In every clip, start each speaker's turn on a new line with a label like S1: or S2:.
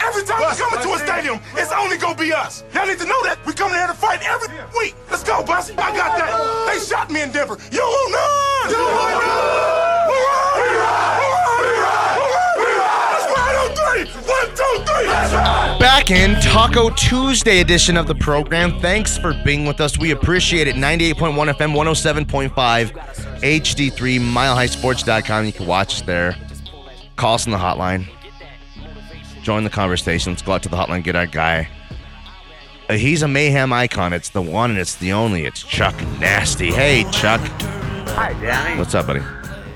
S1: Every time we come into a stadium, it's only gonna be us. Y'all need to know that. We coming here to fight every week. Let's go, Bussy. I got that. They shot me in Denver. You who none? You who none? Hurrah! We ride! Hurrah! Hurrah! We ride! Let's ride on three! One, two, three! Let's ride!
S2: Back in Taco Tuesday edition of the program. Thanks for being with us. We appreciate it. 98.1 FM, 107.5 HD3, milehighsports.com. You can watch us there. Call us on the hotline. Join the conversation. Let's go out to the hotline, get our guy. Uh, He's a mayhem icon. It's the one and it's the only. It's Chuck Nasty. Hey, Chuck.
S3: Hi, Danny.
S2: What's up, buddy?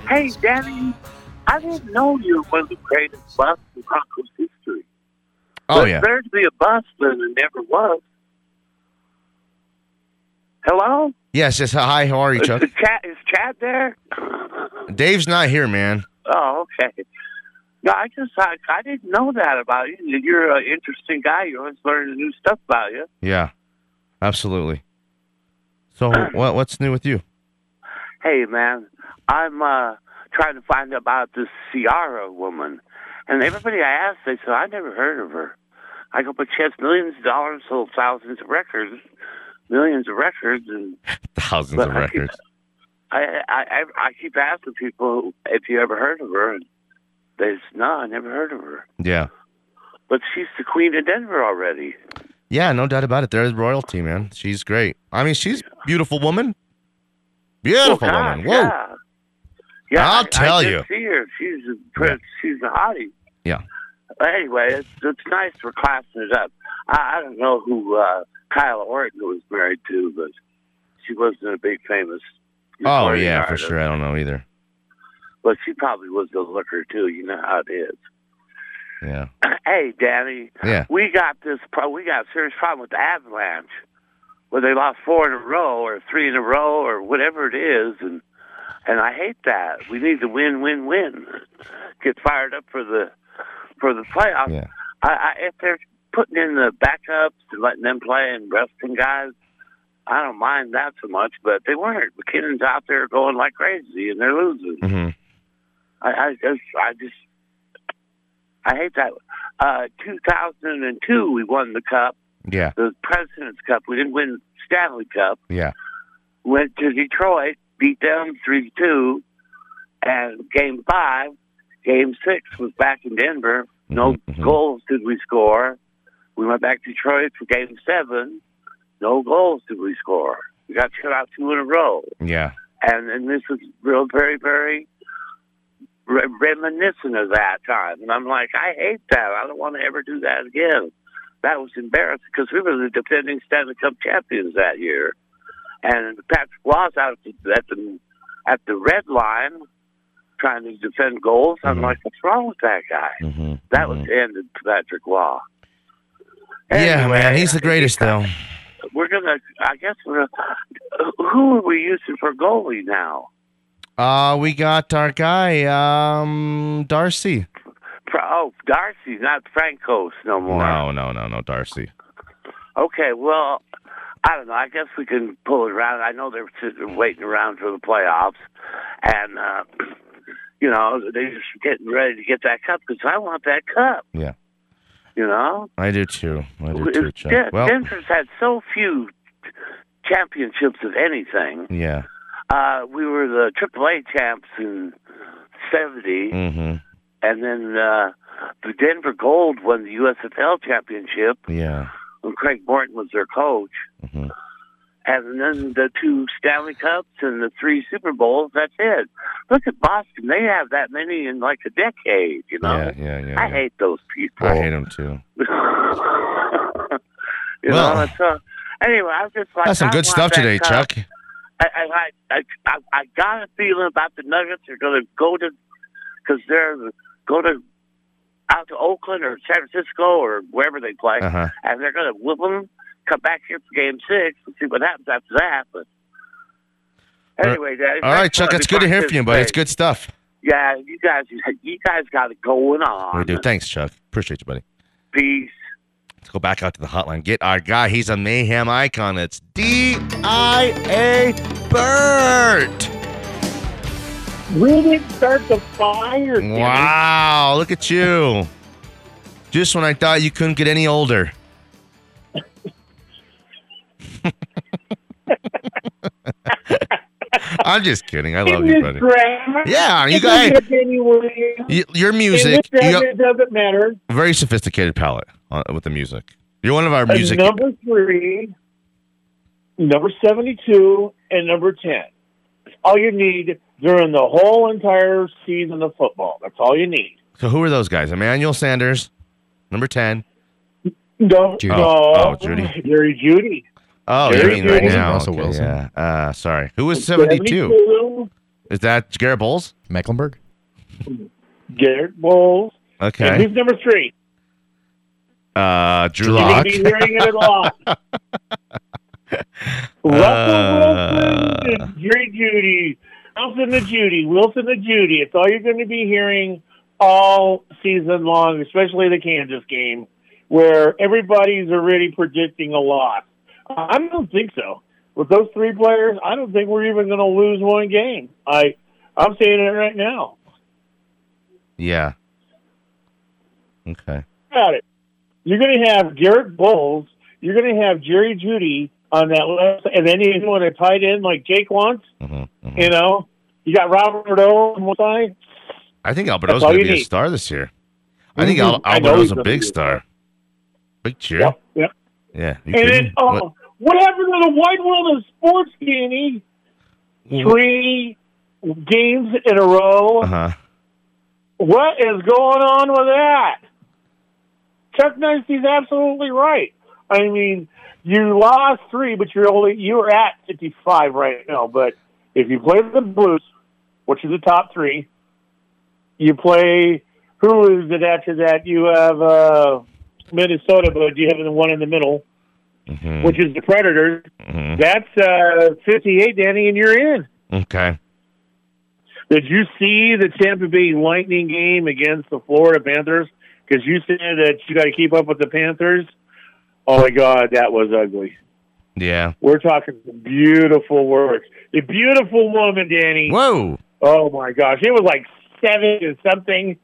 S3: Hey, Danny. I didn't know you were the greatest bus in Conco's history.
S2: Oh,
S3: But
S2: yeah.
S3: There's be a bus than there never was. Hello?
S2: Yes, yes. Hi, how are you, Chuck?
S3: Is Chad, is Chad there?
S2: Dave's not here, man.
S3: Oh, okay. No, I just I, I didn't know that about you. You're an interesting guy. You're always learning new stuff about you.
S2: Yeah, absolutely. So, what what's new with you?
S3: Hey, man, I'm uh, trying to find out about this Ciara woman, and everybody I asked, they said I never heard of her. I go, but she has millions of dollars, sold thousands of records, millions of records, and
S2: Thousands
S3: But
S2: of
S3: I keep-
S2: records.
S3: I I I, I keep asking people if you ever heard of her, and they said, no, I never heard of her.
S2: Yeah,
S3: But she's the queen of Denver already.
S2: yeah, no doubt about it. There's royalty, man. She's great. I mean, she's a beautiful woman. Beautiful
S3: Well,
S2: woman.
S3: gosh,
S2: Whoa.
S3: Oh, Yeah. Yeah,
S2: I'll
S3: I- I
S2: tell
S3: did
S2: you.
S3: See her. She's a
S2: Yeah.
S3: prince. She's a hottie.
S2: Yeah.
S3: But anyway, it's, it's nice we're classing it up. I, I don't know who uh, Kyle Orton was married to, but she wasn't a big famous.
S2: Oh
S3: recording
S2: yeah, for
S3: artist.
S2: sure. I don't know either.
S3: But she probably was a looker too. You know how it is.
S2: Yeah,
S3: hey, Danny,
S2: yeah.
S3: we got this. Pro- we got a serious problem with the Avalanche, where they lost four in a row or three in a row or whatever it is, and and I hate that. We need to win, win, win. Get fired up for the for the playoffs.
S2: Yeah.
S3: I, I, if they're putting in the backups and letting them play and resting guys, I don't mind that so much. But they weren't. McKinnon's out there going like crazy, and they're losing.
S2: hmm
S3: I, I just, I just, I hate that. Uh, 2002, we won the cup,
S2: Yeah,
S3: the President's Cup. We didn't win Stanley Cup.
S2: yeah,
S3: Went to Detroit, beat them three two, and Game Five, Game Six was back in Denver. No
S2: Mhm, mhm.
S3: goals did we score. We went back to Detroit for Game Seven. No goals did we score. We got shut out two in a row
S2: yeah,
S3: and and this is real very very re- reminiscent of that time and i'm like i hate that i don't want to ever do that again that was embarrassing because we were the defending stanley cup champions that year and patrick was out at the at the, at the red line trying to defend goals i'm
S2: Mhm.
S3: like what's wrong with that guy
S2: hmm
S3: that was the end of patrick Waugh.
S2: yeah,
S3: Anyway,
S2: man. He's the greatest though.
S3: We're gonna. I guess we're. Who are we using for goalie now?
S2: Uh, we got our guy, um, Darcy.
S3: Fra- Oh, Darcy, not Francos no more.
S2: No, no, no, no, Darcy.
S3: Okay, well, I don't know. I guess we can pull it around. I know they're sitting, waiting around for the playoffs, and uh, you know they're just getting ready to get that cup because I want that cup.
S2: Yeah.
S3: You know,
S2: I do too. I do too,
S3: It's- Den-
S2: Chuck. Well,
S3: Denver's had so few championships of anything.
S2: yeah.
S3: Uh, we were the AAA champs in '70.
S2: Mm-hmm.
S3: And then uh, the Denver Gold won the USFL championship
S2: Yeah.
S3: when Craig Morton was their coach.
S2: Mhm.
S3: And then the two Stanley Cups and the three Super Bowls, that's it. Look at Boston. They have that many in like a decade, you know?
S2: Yeah, yeah, yeah.
S3: I
S2: yeah.
S3: hate those people.
S2: I hate him too.
S3: you
S2: Well-
S3: know, it's, uh, anyway, I was just like,
S2: That's some
S3: I
S2: good
S3: want
S2: stuff
S3: that
S2: today,
S3: cup.
S2: Chuck.
S3: I, I, I, I, I got a feeling about the Nuggets are going to go to, because they're go to out to Oakland or San Francisco or wherever they play,
S2: Uh huh.
S3: and they're going to whip them, come back here for Game Six and see what happens after that. But
S2: right.
S3: anyway, Daddy,
S2: Uh, All right, Chuck. It's good to hear from you, buddy. It's good stuff.
S3: Yeah, you guys, you guys got it going on.
S2: We do. Thanks, Chuck. Appreciate you, buddy.
S3: Peace.
S2: Let's go back out to the hotline. Get our guy. He's a mayhem icon. It's D I A Bert.
S4: We didn't start the fire. Danny.
S2: Wow. Look at you. Just when I thought you couldn't get any older. I'm just kidding. I love you, buddy.
S4: Graham.
S2: Yeah, you
S4: It's
S2: guys-
S4: your opinion, William.
S2: Y- Your
S4: In
S2: music,
S4: this
S2: you
S4: segment, it doesn't matter.
S2: got very sophisticated palette uh, with the music. You're one of our
S4: Uh,
S2: music.
S4: Number three, number 72, and number 10. All you need during the whole entire season of football. That's all you need.
S2: So who are those guys? Emmanuel Sanders, number ten.
S4: No,
S5: Judy.
S4: no.
S2: Oh, oh, Judy.
S4: Jerry Judy.
S2: Oh,
S4: Very
S2: you mean right
S4: good.
S2: now?
S5: Russell
S2: Okay,
S5: Wilson.
S2: Yeah. Uh, sorry. Who was 72?
S4: 72,
S2: Is that Garrett Bowles?
S5: Mecklenburg?
S4: Garrett Bowles. And
S2: Okay.
S4: who's number three?
S2: Uh, Drew
S4: You're
S2: Lock.
S4: going to be hearing it a lot.
S2: Uh,
S4: Russell Wilson to Jerry Judy. Wilson to Judy. Wilson to Judy. It's all you're going to be hearing all season long, especially the Kansas game, where everybody's already predicting a loss. I don't think so. With those three players, I don't think we're even going to lose one game. I, I'm saying it right now.
S2: Yeah. Okay.
S4: about it. You're going to have Garrett Bowles. You're going to have Jerry Judy on that left, and then you want a tight end like Jake wants.
S2: Mhm, mhm.
S4: You know, you got Robert O on one side.
S2: I think Alberto's
S4: all
S2: going to be
S4: you
S2: a
S4: need.
S2: star this year. I think
S4: Mhm.
S2: Al-
S4: I know
S2: Alberto's
S4: he's
S2: a
S4: gonna
S2: big
S4: be a
S2: star. Big cheer.
S4: Yep, yep.
S2: Yeah. You
S4: And
S2: kidding?
S4: then, oh,
S2: What-
S4: what? happened to the wide world of sports, Danny? Three games in a row.
S2: Uh-huh.
S4: What is going on with that? Chuck Nicety's absolutely right. I mean, you lost three, but you're only you're at fifty five right now. But if you play the Blues, which is the top three, you play who is it after that? You have uh, Minnesota, but you have the one in the middle,
S2: Mhm,
S4: which is the Predators.
S2: mhm.
S4: That's uh, fifty eight, Danny, and you're in.
S2: Okay.
S4: Did you see the Tampa Bay Lightning game against the Florida Panthers? Because you said that you got to keep up with the Panthers. Oh my God, that was ugly.
S2: Yeah.
S4: We're talking beautiful work. The beautiful woman, Danny.
S2: Whoa.
S4: Oh my gosh, it was like seven or something.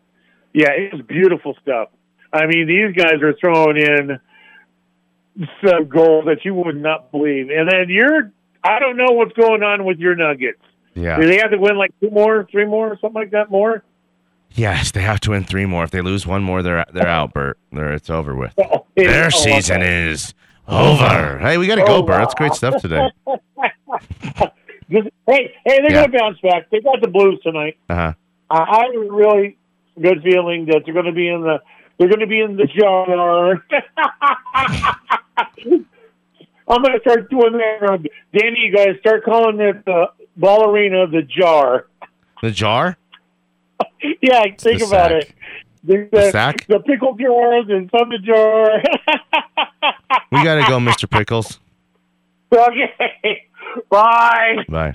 S4: Yeah, it was beautiful stuff. I mean, these guys are throwing in some goals that you would not believe. And then you're—I don't know what's going on with your Nuggets. Do
S2: Yeah.
S4: they have to win like two more, three more, something like that? More?
S2: Yes, they have to win three more. If they lose one more, they're they're out, Bert. They're, it's over with.
S4: Oh, it-
S2: Their
S4: oh,
S2: season
S4: okay.
S2: is over. Hey, we got to go,
S4: Oh,
S2: Bert. That's great stuff today.
S4: Just- hey, hey, they're
S2: Yeah.
S4: going to bounce back. They got the Blues tonight.
S2: Uh-huh.
S4: I I have a really good feeling that they're going to be in the they're going to be in the jar. I'm going to start doing that. around- Danny, you guys start calling it the ball arena the jar.
S2: The jar?
S4: yeah, think
S5: the
S4: about
S5: sack.
S4: it. The,
S2: The sack?
S4: the pickle jars and thunder jar.
S2: We got to go, Mr. Pickles.
S4: okay, bye.
S2: Bye. I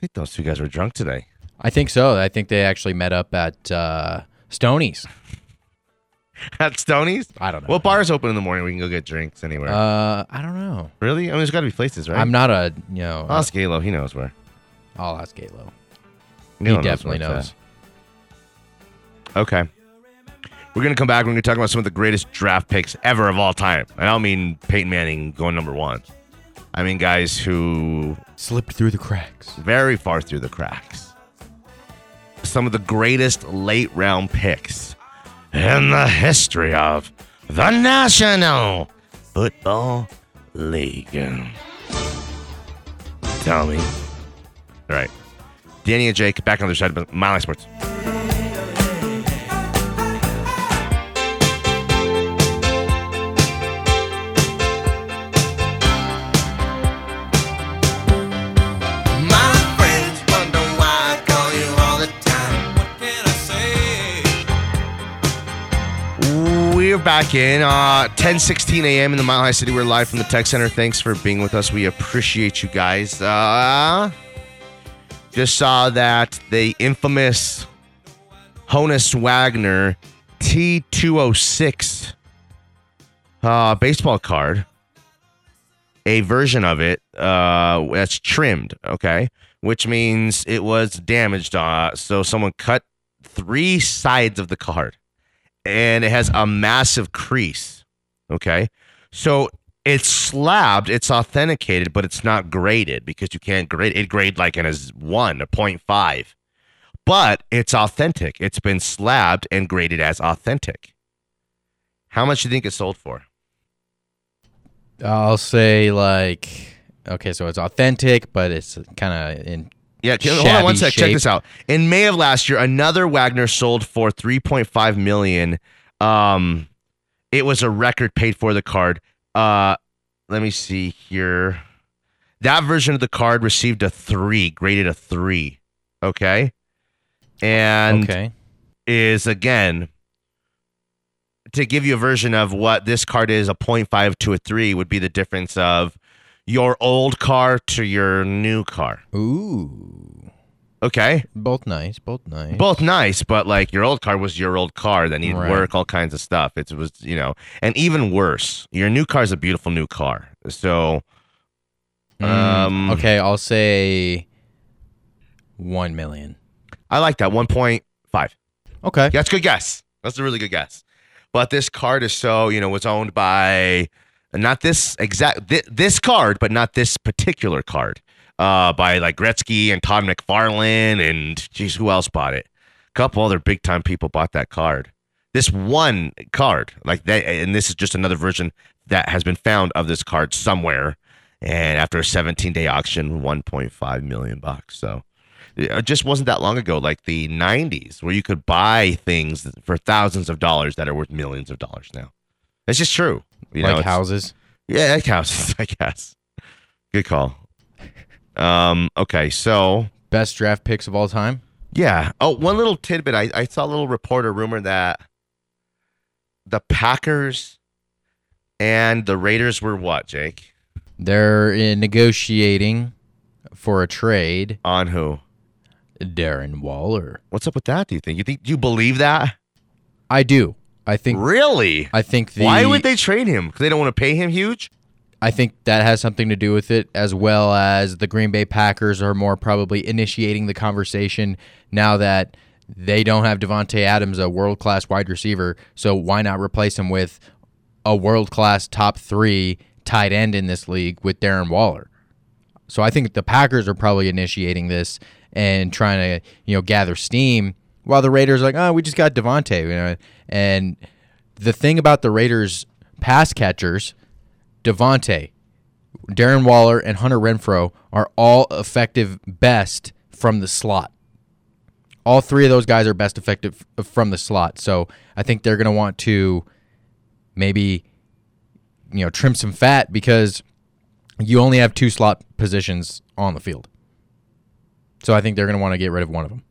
S2: think those two guys were drunk today.
S5: I think so. I think they actually met up at uh, Stoney's.
S2: At Stoney's?
S5: I don't know.
S2: What bar's open in the morning? We can go get drinks anywhere.
S5: Uh, I don't know.
S2: really? I mean, there's got to be places, right?
S5: I'm not a you know.
S2: Ask Galo. He knows where.
S5: I'll ask Galo. He
S2: Galo
S5: definitely
S2: where it's
S5: knows.
S2: at. Okay. We're going to come back. We're going to talk about some of the greatest draft picks ever of all time. And I don't mean Peyton Manning going number one. I mean guys who
S5: Slipped through the cracks.
S2: very far through the cracks. Some of the greatest late round picks in the history of the National Football League. Tell me. All right. Danny and Jake back on the other side of Miley Sports.
S6: My friends wonder why I call you all the time. What can I say?
S2: We're back in uh 10 16 a.m. in the Mile High City. We're live from the Tech Center. Thanks for being with us. We appreciate you guys. Uh just saw that the infamous Honus Wagner T206 uh baseball card. A version of it uh that's trimmed, okay? Which means it was damaged. Uh so someone cut three sides of the card and it has a massive crease. Okay. So it's slabbed, it's authenticated, but it's not graded because you can't grade it grade like in a z- one, a 0.5. But it's authentic. It's been slabbed and graded as authentic. How much do you think it sold for?
S5: I'll say like okay, so it's authentic, but it's kind of in
S2: Yeah, j- hold on
S5: Shabby
S2: one sec. Check
S5: shape.
S2: this out. In May of last year, another Wagner sold for 3.5 million. Um, it was a record paid for the card. Uh, let me see here. That version of the card received a three, graded a three. Okay, and
S5: okay.
S2: is again to give you a version of what this card is a 0.5 to a 3 would be the difference of your old car to your new car
S5: Ooh,
S2: okay
S5: both nice, both nice.
S2: both nice, but like your old car was your old car that needed
S5: Right.
S2: work, all kinds of stuff. It was, you know, and even worse, your new car is a beautiful new car. So,
S5: Mm,
S2: um,
S5: okay, I'll say one million.
S2: I like that 1.5.
S5: Okay,
S2: That's a good guess. That's a really good guess. But this card is so, you know, was owned by not this exact thi- this card, but not this particular card. Uh, by like Gretzky and Todd McFarlane and geez, who else bought it? A couple other big time people bought that card. This one card, like that, and this is just another version that has been found of this card somewhere. And after a 17 day auction, 1.5 million bucks. So, it uh, just wasn't that long ago, like the 90s, where you could buy things for thousands of dollars that are worth millions of dollars now. It's just true. You know,
S5: like
S2: it's-
S5: houses.
S2: Yeah, like houses, I guess. Good call. Um, okay, so
S5: Best draft picks of all time.
S2: yeah. Oh, one little tidbit. I, I saw a little reporter rumor that the Packers and the Raiders were what, Jake?
S5: They're in negotiating for a trade.
S2: On who?
S5: Darren Waller.
S2: What's up with that, do you think? You think do you believe that?
S5: I do. I think.
S2: Really?
S5: I think the.
S2: Why would they trade him? Because they don't want to pay him huge?
S5: I think that has something to do with it, as well as the Green Bay Packers are more probably initiating the conversation now that they don't have Devonte Adams, a world class wide receiver. So why not replace him with a world class top three tight end in this league with Darren Waller? So I think the Packers are probably initiating this and trying to you know gather steam, while the Raiders are like, oh, we just got Devonte, you know, and the thing about the Raiders pass catchers. Devonte, Darren Waller, and Hunter Renfro are all effective best from the slot. All three of those guys are best effective f- from the slot. So I think they're going to want to maybe you know trim some fat because you only have two slot positions on the field. So I think they're going to want to get rid of one of them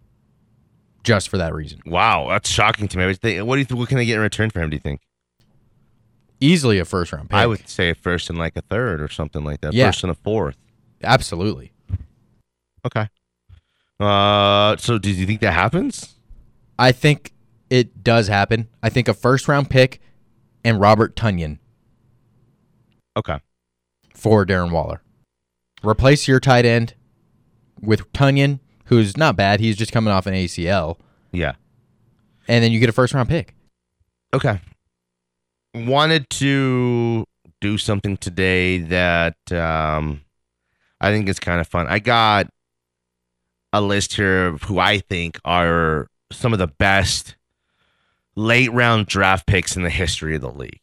S5: just for that reason.
S2: Wow, that's shocking to me. I was thinking, What do you think? What can they get in return for him? Do you think?
S5: Easily a first round pick.
S2: I would say a first and like a third or something like that.
S5: Yeah.
S2: First and a fourth.
S5: absolutely.
S2: Okay. Uh, so do you think that happens?
S5: I think it does happen. I think a first round pick and Robert Tunyon
S2: Okay.
S5: for Darren Waller. Replace your tight end with Tunyon, who's not bad. He's just coming off an ACL.
S2: Yeah.
S5: And then you get a first round pick.
S2: Okay. Wanted to do something today that um, I think is kind of fun. I got a list here of who I think are some of the best late round draft picks in the history of the league.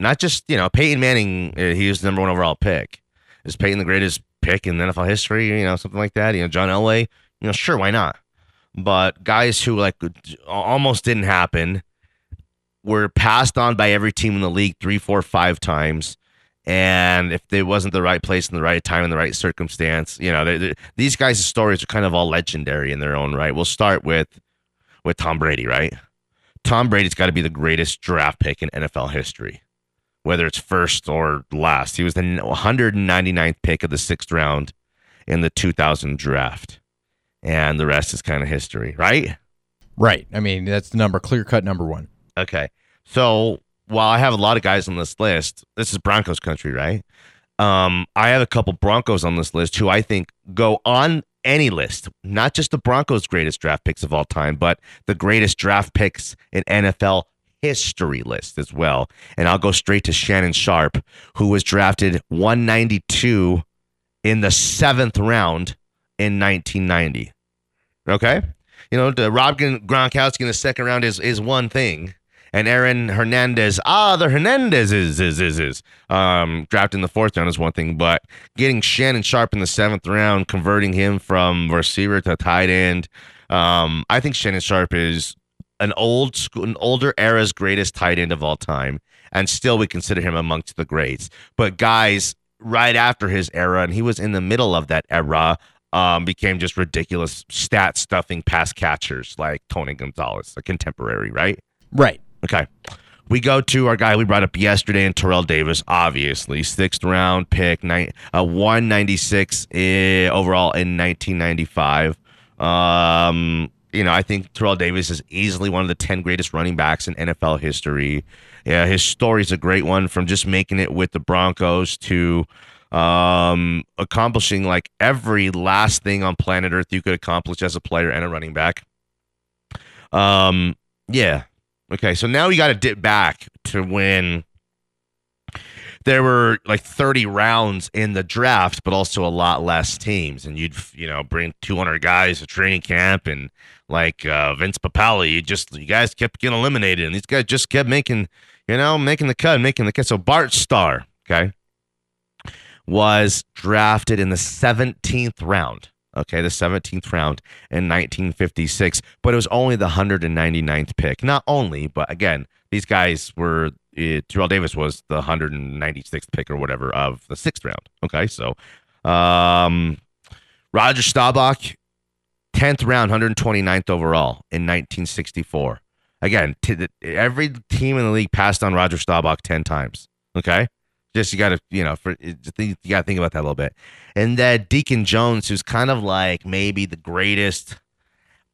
S2: Not just, you know, Peyton Manning, uh, he was the number one overall pick. Is Peyton the greatest pick in NFL history? You know, something like that. You know, John Elway, you know, sure, why not? But guys who like almost didn't happen were passed on by every team in the league three, four, five times. And if they wasn't the right place in the right time in the right circumstance, you know, they they- these guys' stories are kind of all legendary in their own right. We'll start with with Tom Brady, right? Tom Brady's got to be the greatest draft pick in NFL history, whether it's first or last. He was the 199th pick of the sixth round in the 2000 draft, and the rest is kind of history, right?
S5: Right. I mean, that's the number, clear cut number one.
S2: Okay. So while I have a lot of guys on this list, this is Broncos country, right? Um, I have a couple Broncos on this list who I think go on any list, not just the Broncos' greatest draft picks of all time, but the greatest draft picks in NFL history list as well. And I'll go straight to Shannon Sharp, who was drafted 192 in the seventh round in 1990. Okay? You know, the Rob Gron- Gronkowski in the second round is, is one thing. And Aaron Hernandez, ah, the Hernandez is, is, is, is, um, drafted in the fourth round is one thing, but getting Shannon Sharp in the seventh round, converting him from receiver to tight end. Um, I think Shannon Sharp is an old school, an older era's greatest tight end of all time, and still we consider him amongst the greats. But guys, right after his era, and he was in the middle of that era, um, became just ridiculous stat stuffing pass catchers like Tony Gonzalez, a contemporary, right?
S5: Right.
S2: Okay. We go to our guy we brought up yesterday, and Terrell Davis, obviously sixth round pick, nine, uh, one ninety six overall in nineteen ninety five. Um, you know, I think Terrell Davis is easily one of the ten greatest running backs in NFL history. Yeah, his story's a great one, from just making it with the Broncos to um, accomplishing like every last thing on planet Earth you could accomplish as a player and a running back. Um, yeah, Okay, so now we got to dip back to when there were like 30 rounds in the draft, but also a lot less teams. And you'd, you know, bring 200 guys to training camp and like uh, Vince Papali, you just, you guys kept getting eliminated. And these guys just kept making, you know, making the cut, making the cut. So Bart Starr, okay, was drafted in the 17th round. Okay, the 17th round in 1956, but it was only the 199th pick. Not only, but again, these guys were uh, Terrell Davis was the 196th pick or whatever of the sixth round. Okay, so um, Roger Staubach, 10th round, 129th overall in 1964. Again, t- the, every team in the league passed on Roger Staubach 10 times. Okay, just you got to you know for you got to think about that a little bit and that Deacon Jones, who's kind of like maybe the greatest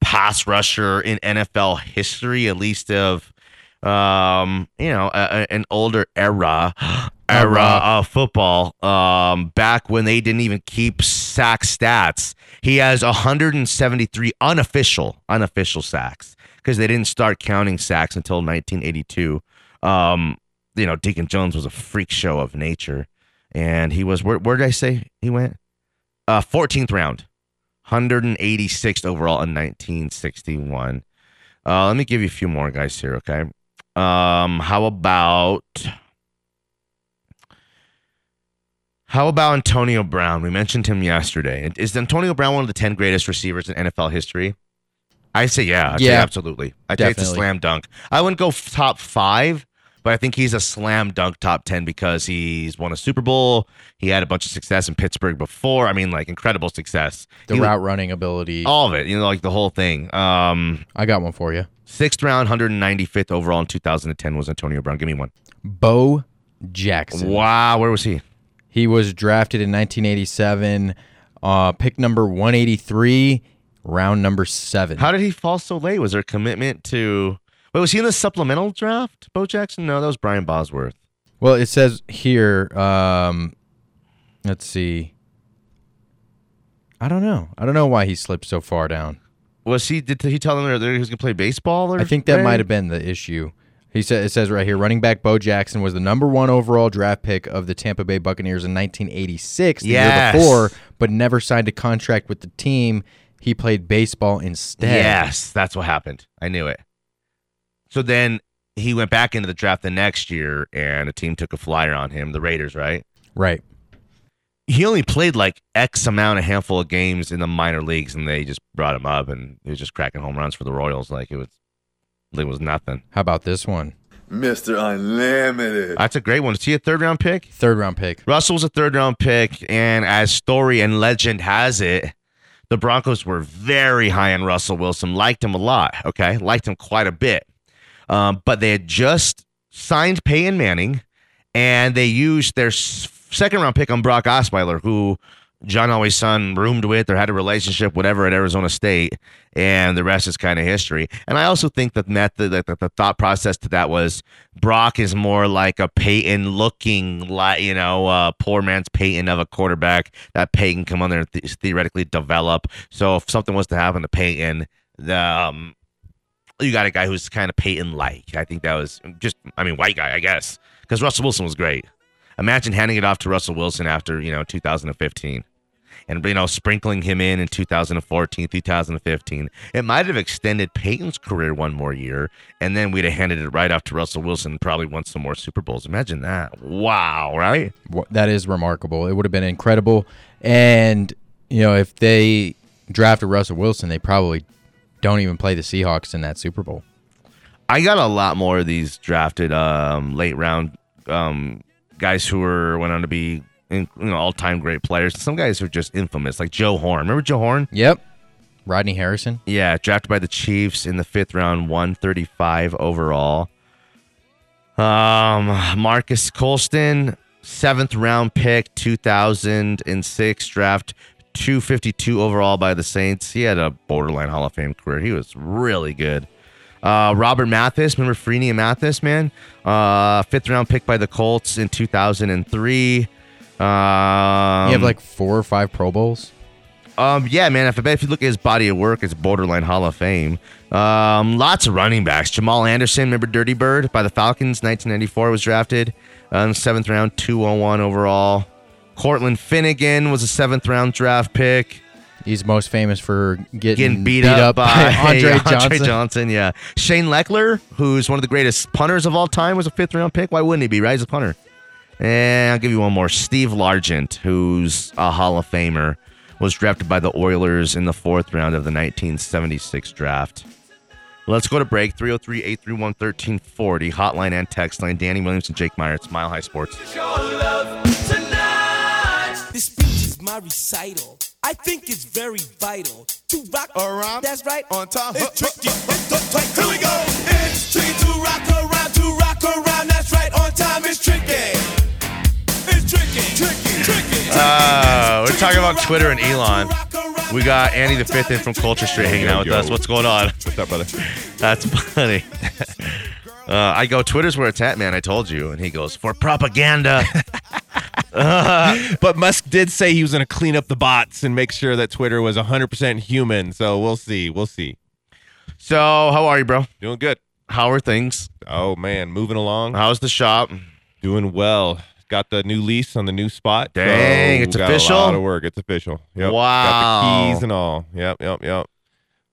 S2: pass rusher in NFL history, at least of um, you know a, a- an older era era of football. Um, back when they didn't even keep sack stats, he has 173 unofficial unofficial sacks because they didn't start counting sacks until 1982. Um, you know, Deacon Jones was a freak show of nature and he was where, where did I say he went? Uh, 14th round, 186th overall in 1961. Uh, let me give you a few more guys here, okay? Um, how about how about Antonio Brown? We mentioned him yesterday. Is Antonio Brown one of the 10 greatest receivers in NFL history? I say yeah. I say
S5: Yeah.
S2: absolutely. I think it's a
S5: Definitely.
S2: slam dunk. I wouldn't go f- top five, but I think he's a slam dunk top 10 because he's won a Super Bowl. He had a bunch of success in Pittsburgh before. I mean, like incredible success.
S5: The
S2: He- Oh.
S5: route running ability.
S2: all of it, you know, like the whole thing. Um,
S5: I got one for you.
S2: sixth round, 195th overall in 2010 was Antonio Brown. Give me one.
S5: Bo Jackson.
S2: Wow, where was he?
S5: He was drafted in 1987, uh, pick number 183, round number seven.
S2: How did he fall so late? Was there a commitment to? Wait, was he in the supplemental draft? Bo Jackson? No, that was Brian Bosworth.
S5: well, it says here. Um, let's see. I don't know. I don't know why he slipped so far down.
S2: Was he? Did he tell them that he was going to play baseball? Or
S5: I think that
S2: something?
S5: might have been the issue. He said it says right here, running back Bo Jackson was the number one overall draft pick of the Tampa Bay Buccaneers in 1986, the
S2: Yes.
S5: year before, but never signed a contract with the team. He played baseball instead.
S2: Yes, that's what happened. I knew it. So then he went back into the draft the next year, and a team took a flyer on him, the Raiders, right?
S5: Right.
S2: He only played like X amount, a handful of games in the minor leagues, and they just brought him up, and he was just cracking home runs for the Royals, like it was, it was nothing.
S5: How about this one?
S7: Mr. Unlimited.
S2: That's a great one. Is he a third round pick?
S5: Third round pick.
S2: Russell was a third round pick, and as story and legend has it, the Broncos were very high on Russell Wilson, liked him a lot, okay? Liked him quite a bit. Um, but they had just signed Peyton Manning, and they used their s- second round pick on Brock Osweiler, who John Elway's son roomed with or had a relationship, whatever, at Arizona State, and the rest is kind of history. And I also think that method, that that the thought process to that was Brock is more like a Peyton looking, like you know, uh, poor man's Peyton of a quarterback that Peyton come on there and th- theoretically develop. So if something was to happen to Peyton, the um, you got a guy who's kind of Peyton like. I think that was just, I mean, white guy, I guess, because Russell Wilson was great. Imagine handing it off to Russell Wilson after you know 2015 and you know sprinkling him in in 2014 2015 it might have extended peyton's career one more year and then we'd have handed it right off to russell wilson and probably won some more super bowls imagine that wow right
S5: Wha- That is remarkable. It would have been incredible. And, you know, if they drafted Russell Wilson, they probably don't even play the Seahawks in that Super Bowl.
S2: i got a lot more of these drafted um, late round um, guys who were went on to be in, you know, all-time great players some guys who are just infamous like joe horn remember joe horn
S5: Yep. Rodney Harrison.
S2: Yeah, drafted by the Chiefs in the fifth round, 135 overall. Um, Marcus Colston, seventh round pick, 2006 draft, 252 overall by the Saints. He had a borderline Hall of Fame career. He was really good. Uh, Robert Mathis, remember Freeney and Mathis, man? Uh, fifth round pick by the Colts in 2003. Um,
S5: you have like four or five Pro Bowls.
S2: um, yeah, man. If I bet if you look at his body of work, it's borderline Hall of Fame. Um, lots of running backs. Jamal Anderson, remember Dirty Bird by the Falcons, 1994 was drafted, um, seventh round, 201 overall. Cortland Finnegan was a seventh round draft pick.
S5: He's most famous for getting,
S2: Getting beat, up, by,
S5: Andre Johnson.
S2: Yeah, Shane Leckler, who's one of the greatest punters of all time, was a fifth round pick. Why wouldn't he be? Right, he's a punter. And I'll give you one more. Steve Largent, who's a Hall of Famer, was drafted by the Oilers in the fourth round of the 1976 draft. Let's go to break. 303 831 1340. Hotline and text line. Danny Williams and Jake Meyer. It's Mile High Sports.
S8: This speech is my recital. I think it's very vital to rock around. That's right.
S6: on time. It's tricky. It's t- tight. Here we go. It's tricky to rock around, to rock around. That's right. On time is tricky. It's tricky, tricky, tricky.
S2: Uh, we're talking about Twitter and Elon. We got Andy the Fifth in from Culture Street hanging out with
S9: Yo.
S2: us. What's going on?
S9: What's up, brother?
S2: That's funny. Uh, I go, Twitter's where it's at, man. I told you. And he goes, for propaganda.
S9: But Musk did say he was going to clean up the bots and make sure that Twitter was 100% human. So we'll see. We'll see.
S2: so, how are you, bro?
S9: Doing good.
S2: How are things?
S9: Oh, man. Moving along.
S2: How's the shop?
S9: Doing well. Got the new lease on the new spot. so
S2: Dang, it's
S9: got
S2: official?
S9: A lot of work. It's official. Yep. Got
S2: Wow.
S9: the keys and all. Yep, yep, yep.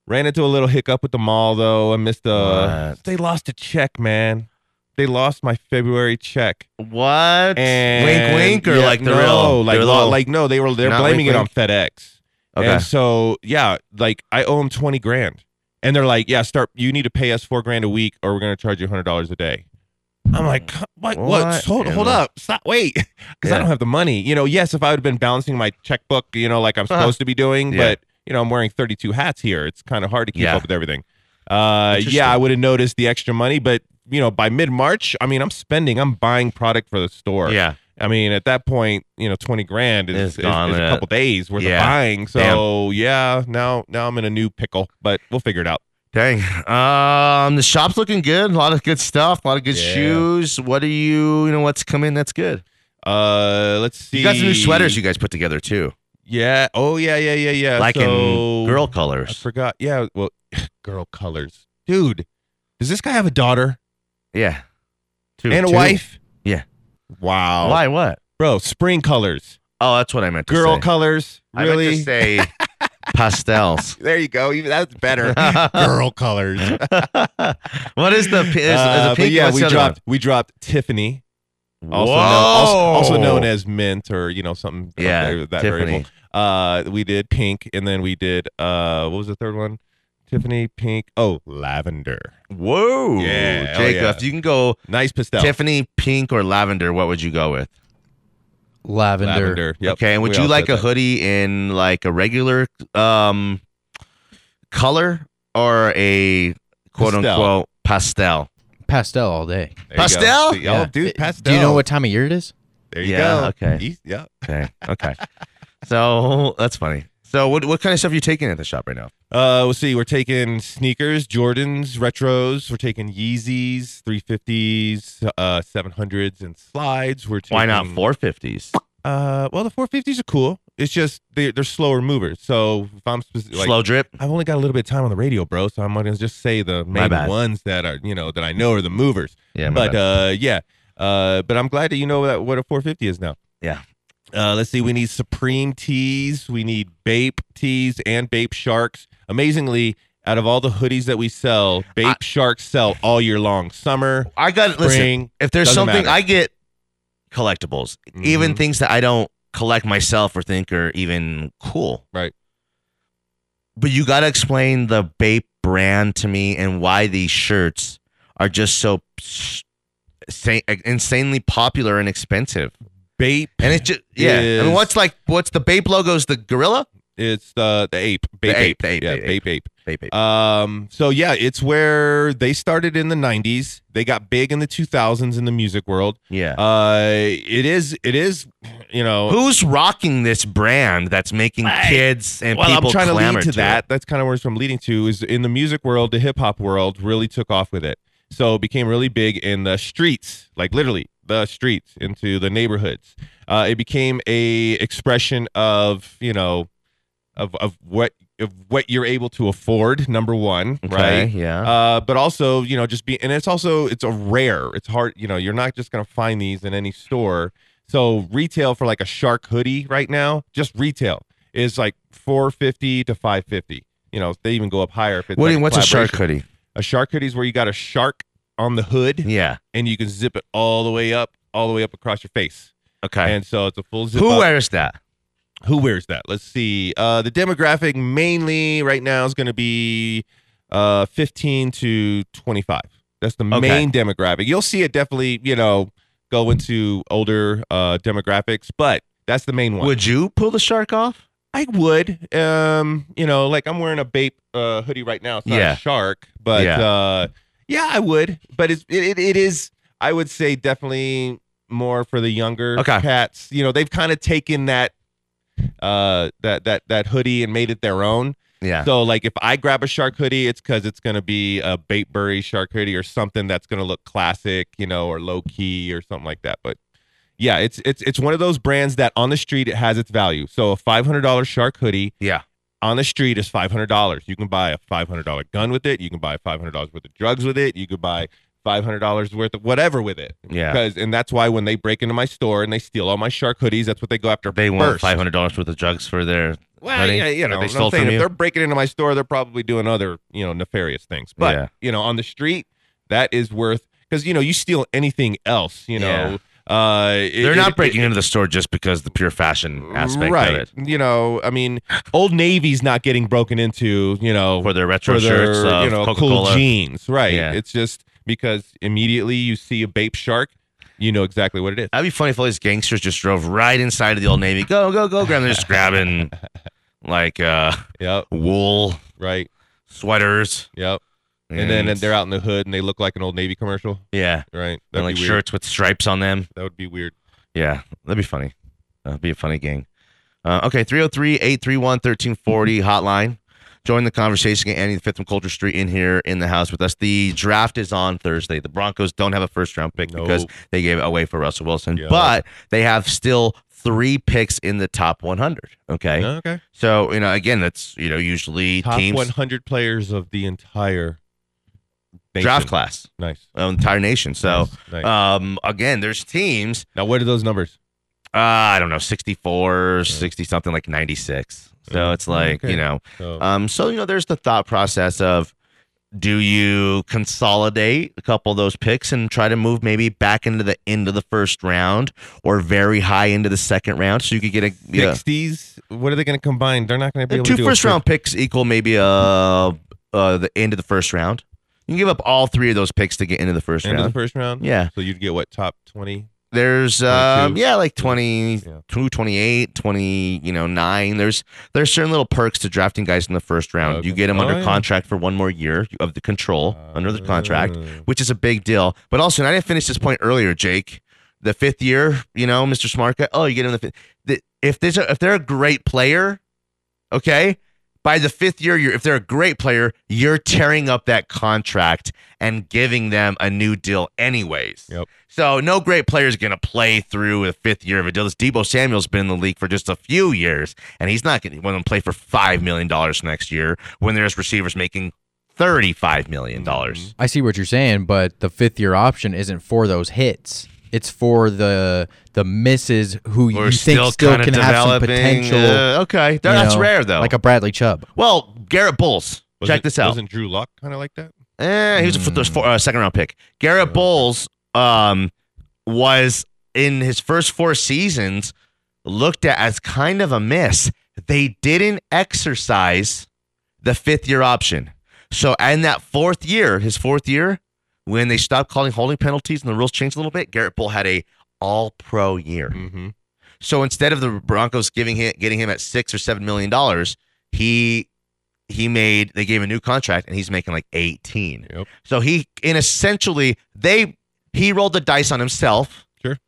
S9: Ran into a little hiccup with the mall though. I missed a.
S2: What?
S9: They lost a check, man. They lost my February check.
S2: What?
S9: And
S2: wink, wink, or
S9: yeah,
S2: like the
S9: no,
S2: real,
S9: like
S2: the
S9: lo-
S2: real-
S9: like no, they were they're
S2: Not
S9: blaming
S2: wink,
S9: it on FedEx.
S2: Okay.
S9: And so yeah, like I owe them twenty grand, and they're like, yeah, start. You need to pay us four grand a week, or we're gonna charge you hundred dollars a day. I'm like, "Huh, what? What?
S2: What
S9: Hold,
S2: in
S9: hold
S2: the-
S9: up, stop, wait, because
S2: Yeah.
S9: I don't have the money. You know, yes, if I would have been balancing my checkbook, you know, like I'm
S2: Huh.
S9: supposed to be doing,
S2: Uh-huh. Yeah.
S9: but you know, I'm wearing 32 hats here. It's kind of hard to keep
S2: Yeah.
S9: up with everything. Uh,
S2: Interesting.
S9: yeah, I would have noticed the extra money, but you know, by mid March, I mean, I'm spending, I'm buying product for the store.
S2: yeah.
S9: I mean, at that point, you know, twenty grand
S2: It's
S9: is, is,
S2: gone,
S9: is a
S2: yeah.
S9: couple days worth
S2: Yeah.
S9: of buying. So yeah, now now I'm in a new pickle, but we'll figure it out.
S2: Dang. Um, the shop's looking good. A lot of good stuff. A lot of good
S9: Yeah.
S2: shoes. What are you? You know what's coming? That's good.
S9: Uh, let's see.
S2: You got some new sweaters you guys put together too,
S9: Yeah. Oh yeah, yeah, yeah, yeah.
S2: like
S9: So-
S2: in girl
S9: I
S2: colors.
S9: forgot. Yeah. Well, girl colors, dude. Does this guy have a daughter
S2: Yeah. Two.
S9: and a
S2: Two.
S9: wife?
S2: Yeah.
S9: Wow.
S2: Why? What?
S9: bro? Spring colors,
S2: Oh, that's what I meant. To
S9: girl
S2: say.
S9: colors.
S2: I
S9: Really?
S2: meant to say pastels.
S9: there you go. Even That's better. girl colors.
S2: what is the? Is, is
S9: Uh,
S2: a
S9: but
S2: pink?
S9: yeah,
S2: what's
S9: we
S2: the other
S9: dropped we dropped Tiffany. also, known, also, also known as mint or you know something up
S2: Yeah,
S9: there, that
S2: Tiffany.
S9: variable uh we did pink and then we did uh what was the third one tiffany pink oh lavender
S2: Whoa,
S9: Yeah, oh
S2: Jacob,
S9: yeah.
S2: if you can go
S9: nice pastel
S2: Tiffany pink or lavender, what would you go with?
S5: Lavender.
S9: lavender yep.
S2: Okay, and would
S9: We
S2: you
S9: all
S2: like
S9: said
S2: a
S9: that.
S2: hoodie in like a regular um color or a quote
S9: Pastel.
S2: unquote pastel?
S5: Pastel all day.
S9: There you go.
S2: pastel?
S9: See,
S5: Yeah.
S9: oh dude pastel
S5: Do you know what time of year it is?
S9: there you
S2: Yeah,
S9: go
S2: okay.
S9: East- yeah
S2: Okay, okay. So that's funny. So what what kind of stuff are you taking at the shop right now?
S9: Uh, we'll see. We're taking sneakers, Jordans, retros. We're taking Yeezys, 350s, uh, 700s, and slides. We're taking,
S2: Why not four fifties?
S9: Uh, well, the 450s are cool. It's just they they're slower movers. So if I'm spec- like,
S2: Slow drip.
S9: I've only got a little bit of time on the radio, bro. So I'm gonna just say the main
S2: bad.
S9: ones that are you know that I know are the movers.
S2: Yeah, my
S9: but
S2: bad.
S9: uh, yeah, uh, but I'm glad that you know that what a 450 is now.
S2: Yeah.
S9: Uh, let's see. We need Supreme tees. We need Bape tees and Bape Sharks. Amazingly, out of all the hoodies that we sell, Bape
S2: I-
S9: Sharks sell all year long. Summer,
S2: I got listen.
S9: spring.
S2: If there's
S9: doesn't
S2: something
S9: matter. Mm-hmm.
S2: I get collectibles, even things that I don't collect myself or think are even cool.
S9: Right.
S2: But you got to explain the Bape brand to me and why these shirts are just so s- sa- insanely popular and expensive.
S9: Bape.
S2: And it's just yeah. I mean,
S9: Is-
S2: what's like what's the Bape logo's the gorilla?
S9: It's the the ape. Bape.
S2: ape, the ape,
S9: Yeah.
S2: the ape.
S9: Bape. Ape.
S2: Bape. Ape.
S9: Um, so yeah, it's where they started in the '90s. They got big in the 2000s in the music world.
S2: yeah.
S9: Uh, it is, it is, you know.
S2: Who's rocking this brand that's making kids and
S9: well,
S2: people
S9: I'm trying to
S2: clamor
S9: lead to,
S2: it?
S9: that. That's kind of where I'm leading to. Is in the music world, the hip hop world really took off with it. So it became really big in the streets, like literally the streets into the neighborhoods. Uh, it became a expression of you know, of of what of what you're able to afford. Number one,
S2: Okay,
S9: right?
S2: Yeah.
S9: Uh, but also, you know, just be, and it's also, it's a rare, it's hard, you know, you're not just going to find these in any store. So retail for like a shark hoodie right now, just retail is like 450 to 550. You know, they even go up higher. If it's
S2: What,
S9: like
S2: what's a shark
S9: collaboration.
S2: hoodie?
S9: A shark hoodie is where you got a shark on the hood
S2: Yeah.
S9: and you can zip it all the way up, all the way up across your face.
S2: Okay.
S9: And so it's a full zip
S2: Who
S9: up.
S2: wears that?
S9: Who wears that? Let's see. Uh, the demographic mainly right now is going to be uh, 15 to 25. That's the
S2: Okay.
S9: main demographic. You'll see it definitely, you know, go into older uh, demographics, but that's the main one.
S2: Would you pull the shark off?
S9: I would. Um, you know, like I'm wearing a Bape uh, hoodie right now. It's not
S2: Yeah.
S9: a shark, but
S2: Yeah.
S9: uh, yeah, I would. But it's it, it, it is. I would say definitely more for the younger
S2: Okay.
S9: cats. You know, they've kind of taken that uh that that that hoodie and made it their own.
S2: Yeah.
S9: So like if I grab a shark hoodie, it's because it's gonna be a Batebury shark hoodie or something that's gonna look classic, you know, or low key or something like that. But yeah, it's it's it's one of those brands that on the street it has its value. So a five hundred dollar shark hoodie,
S2: Yeah.
S9: on the street is five hundred dollars. You can buy a five hundred dollar gun with it. You can buy five hundred dollars worth of drugs with it. You could buy five hundred dollars worth of whatever with it.
S2: Yeah.
S9: Because and that's why when they break into my store and they steal all my shark hoodies, that's what they go after.
S2: They want
S9: first.
S2: five hundred dollars worth of drugs for their.
S9: Well,
S2: Honey,
S9: yeah, you
S2: that
S9: know,
S2: they
S9: what
S2: stole
S9: I'm saying
S2: from you?
S9: if they're breaking into my store, they're probably doing other, you know, nefarious things. But
S2: Yeah.
S9: you know, on the street, that is worth because you know you steal anything else. You know, uh, it-
S2: They're
S9: it-
S2: not
S9: it-
S2: breaking into the store just because the pure fashion aspect
S9: right.
S2: of it.
S9: You know, I mean, Old Navy's not getting broken into. You know,
S2: For their retro
S9: for their
S2: shirts, of
S9: you know
S2: Coca-Cola.
S9: cool jeans, right?
S2: Yeah.
S9: It's just because immediately you see a Bape Shark, you know exactly what it is.
S2: That'd be funny if all these gangsters just drove right inside of the old navy. Go, go, go, grab. They're just grabbing like uh,
S9: Yep,
S2: wool
S9: right.
S2: sweaters.
S9: Yep. And then and they're out in the hood and they look like an Old Navy commercial,
S2: yeah,
S9: right?
S2: and
S9: That'd
S2: like
S9: be weird.
S2: shirts with stripes on them.
S9: That would be weird.
S2: Yeah, that'd be funny. That'd be a funny gang. Uh, okay, 303-831-1340 hotline. Join the conversation. Get Andy the Fifth from Culture Street in here in the house with us. The draft is on Thursday. The Broncos don't have a first round pick because
S9: Nope.
S2: they gave it away for Russell Wilson,
S9: Yeah.
S2: but they have still three picks in the top 100. Okay,
S9: Okay.
S2: so you know again that's you know usually
S9: Top
S2: teams
S9: 100 players of the entire nation.
S2: draft class,
S9: Nice.
S2: uh, entire nation. So
S9: nice, nice.
S2: um, again, there's teams
S9: now, what are those numbers?
S2: uh, I don't know, 64, 60 something, like 96. So
S9: Mm.
S2: it's like,
S9: Okay.
S2: you know,
S9: So,
S2: um, so, you know, there's the thought process of do you consolidate a couple of those picks and try to move maybe back into the end of the first round or very high into the second round so you could get a, you know,
S9: 60s. What are they going to combine? They're not going to be able
S2: two
S9: to do a
S2: first
S9: fif-
S2: round picks equal maybe uh, uh, the end of the first round. You can give up all three of those picks to get into the first
S9: End
S2: round.
S9: of the first round.
S2: yeah.
S9: So you'd get what top 20?
S2: there's um
S9: 22.
S2: yeah like 22
S9: Yeah.
S2: 28 20 you know 9 there's there's certain little perks to drafting guys in the first round you
S9: Okay.
S2: get them
S9: Oh,
S2: under
S9: yeah.
S2: contract for one more year of the control under the contract
S9: Uh,
S2: which is a big deal but also and i didn't finish this point earlier jake the fifth year, you know, Mr. Smart guy. Oh, you get him the fifth. The, if there's a, if they're a great player, okay, by the fifth year, you're, if they're a great player, you're tearing up that contract and giving them a new deal, anyways.
S9: Yep.
S2: So no great player is going to play through the fifth year of a deal. This Debo Samuel's been in the league for just a few years, and he's not going to play for five million dollars next year when there's receivers making thirty-five million dollars.
S5: I see what you're saying, but the fifth year option isn't for those hits. It's for the the misses who you think still
S2: kinda
S5: can have some potential.
S2: uh, okay, That-
S5: you
S2: that's
S5: know,
S2: rare though.
S5: Like a Bradley Chubb.
S2: well, Garrett Bowles. Check
S9: Wasn't-
S2: this out.
S9: Wasn't Drew Lock kind of like that?
S2: Eh, he was a f-
S5: Hmm.
S2: four, uh, second round pick. Garrett Bowles um, was in his first four seasons looked at as kind of a miss. They didn't exercise the fifth year option. So, in that fourth year, his fourth year, when they stopped calling holding penalties and the rules changed a little bit, Garrett Bull had a all pro year.
S9: Mm-hmm.
S2: So instead of the Broncos giving him getting him at six or seven million dollars, he he made they gave him a new contract and he's making like eighteen.
S9: Yep.
S2: So he in essentially they he rolled the dice on himself.
S9: Sure.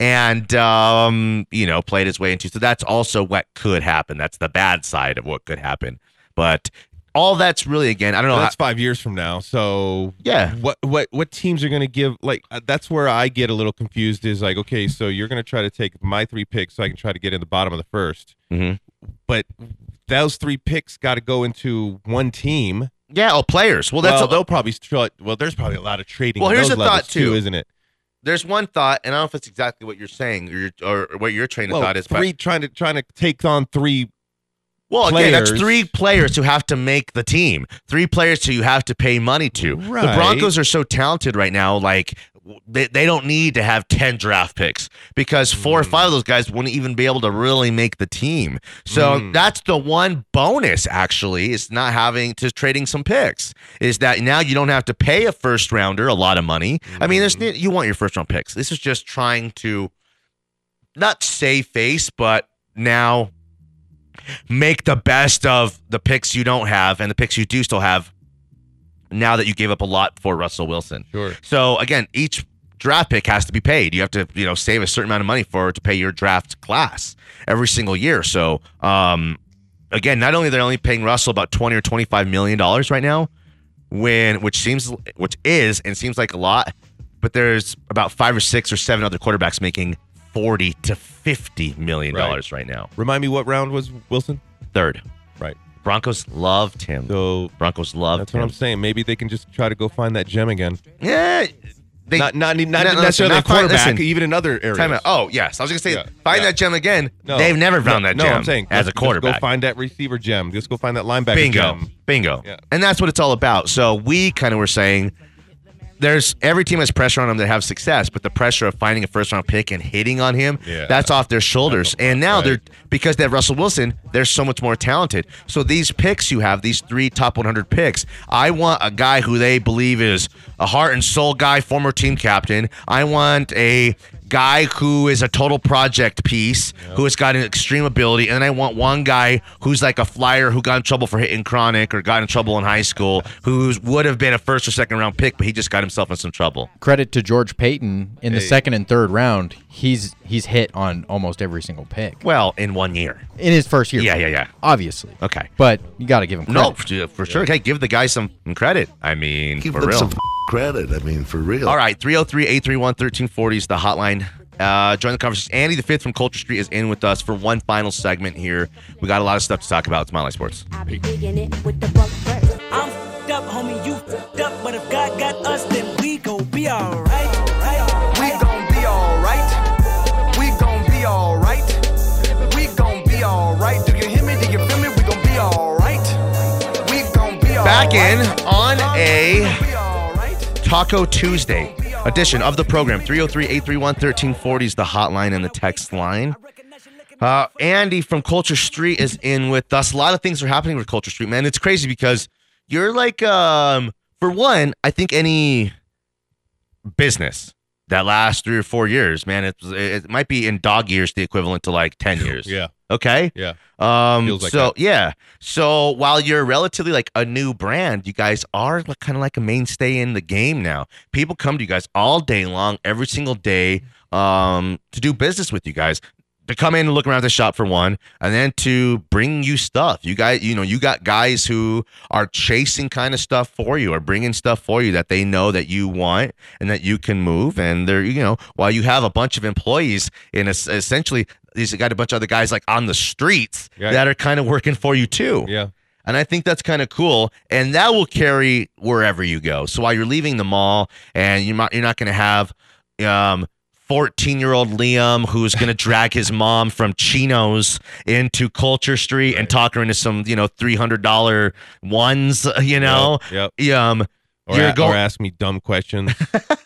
S2: And um, you know, played his way into so that's also what could happen. That's the bad side of what could happen. But all that's really again, I don't know.
S9: That's
S2: how-
S9: five years from now. So
S2: yeah.
S9: what what what teams are going to give like uh, that's where I get a little confused is like okay so you're going to try to take my three picks so I can try to get in the bottom of the 1st
S2: Mhm.
S9: but those three picks got to go into one team
S2: Yeah, oh players. Well
S9: well,
S2: that's a-
S9: they'll probably tr- well there's probably a lot of trading
S2: Well,
S9: on
S2: here's
S9: those
S2: the thought,
S9: levels
S2: too.
S9: isn't it
S2: there's one thought, and I don't know if it's exactly what you're saying or, your or what your train of
S9: well
S2: thought is. but-
S9: three trying to trying to take on three
S2: Well, again, that's
S9: players.
S2: three players who have to make the team. Three players who you have to pay money to. The
S9: Right.
S2: Broncos are so talented right now, like w- they, they don't need to have 10 draft picks because four
S9: Hmm.
S2: or five of those guys wouldn't even be able to really make the team. So
S9: Mm.
S2: that's the one bonus actually is not having to trading some picks is that now you don't have to pay a first rounder a lot of money. I mean,
S9: Hmm.
S2: there's you want your first round picks. This is just trying to not save face, but now make the best of the picks you don't have and the picks you do still have now that you gave up a lot for Russell Wilson.
S9: sure
S2: So again, each draft pick has to be paid. You have to, you know, save a certain amount of money for to pay your draft class every single year. So, um, again, not only they're only paying Russell about twenty or twenty five million dollars right now, when which seems which is and seems like a lot, but there's about five or six or seven other quarterbacks making forty to fifty million dollars right. now.
S9: remind me what round was Wilson
S2: Third,
S9: Right.
S2: Broncos loved him.
S9: so
S2: Broncos loved
S9: that's what
S2: him.
S9: I'm saying maybe they can just try to go find that gem again
S2: yeah, they,
S9: not not not,
S2: no, listen,
S9: necessarily
S2: not
S9: a
S2: find-
S9: quarterback
S2: listen.
S9: even in other areas
S2: Time out. Oh, yes. I was going to say,
S9: Yeah,
S2: find
S9: yeah.
S2: that gem again.
S9: No,
S2: They've never found
S9: no,
S2: that
S9: no,
S2: gem
S9: I'm saying
S2: as
S9: just-
S2: a
S9: just
S2: quarterback.
S9: Go find that receiver gem. Just go find that linebacker
S2: Bingo.
S9: gem.
S2: Bingo.
S9: Yeah.
S2: And that's what it's all about. So we kind of were saying there's every team has pressure on them to have success, but the pressure of finding a first round pick and hitting on him,
S9: Yeah.
S2: that's off their shoulders. And now
S9: Right.
S2: they're because they have Russell Wilson, they're so much more talented. So these picks you have, these three top 100 picks, I want a guy who they believe is a heart and soul guy, former team captain. I want a guy who is a total project piece, who has got an extreme ability, and then I want one guy who's like a flyer who got in trouble for hitting chronic or got in trouble in high school, who would have been a first or second round pick, but he just got himself in some trouble.
S5: Credit to George Payton in the second and third round. He's he's hit on almost every single pick
S2: Well, in one year.
S5: in his first year.
S2: Yeah, yeah, yeah.
S5: Obviously.
S2: Okay.
S5: But you got to give him credit.
S2: No, for, for sure. Hey, give the guy some credit. I mean,
S10: Give
S2: for
S10: them
S2: real.
S10: some credit. I mean, for real.
S2: All right, 303 831 1340 is the hotline. Uh, join the conversation. Andy the Fifth from Culture Street is in with us for one final segment here. We got a lot of stuff to talk about. It's Miley Sports.
S11: I be digging it with the buck first.
S8: I'm fed up, homie, you fed up, but if God got us, then we gon' be alright. Right,
S6: We gon' be alright. We gon' be alright. We gon' be alright. Do you hear me? Do you feel me? We gon' be alright. We gon' be alright.
S2: Back in on a
S6: We alright.
S2: Taco Tuesday edition of the program. 303 831 1340 is the hotline and the text line. Uh, Andy from Culture Street is in with us. A lot of things are happening with Culture Street, man. It's crazy because you're like, um, for one, I think any business that lasts three or four years, man, it, it might be in dog years the equivalent to like 10 years
S9: Yeah.
S2: Okay.
S9: Yeah.
S2: Um,
S9: Feels like
S2: so yeah. So while you're relatively like a new brand, you guys are like, kind of like a mainstay in the game now. People come to you guys all day long, every single day, um, to do business with you guys. To come in and look around the shop for one, and then to bring you stuff. You guys, you know, you got guys who are chasing kind of stuff for you, or bringing stuff for you that they know that you want and that you can move. And they're, you know, while you have a bunch of employees in es- essentially, these got a bunch of other guys like on the streets
S9: Yeah.
S2: that are kind of working for you too.
S9: Yeah.
S2: And I think that's kind of cool, and that will carry wherever you go. So while you're leaving the mall, and you're not you're not going to have um, 14 year old Liam who's going to drag his mom from Chino's into Culture Street and talk her into some you know 300 dollar ones, you know,
S9: Yep.
S2: um,
S9: Or,
S2: you're
S9: a-
S2: go-
S9: or ask me dumb questions.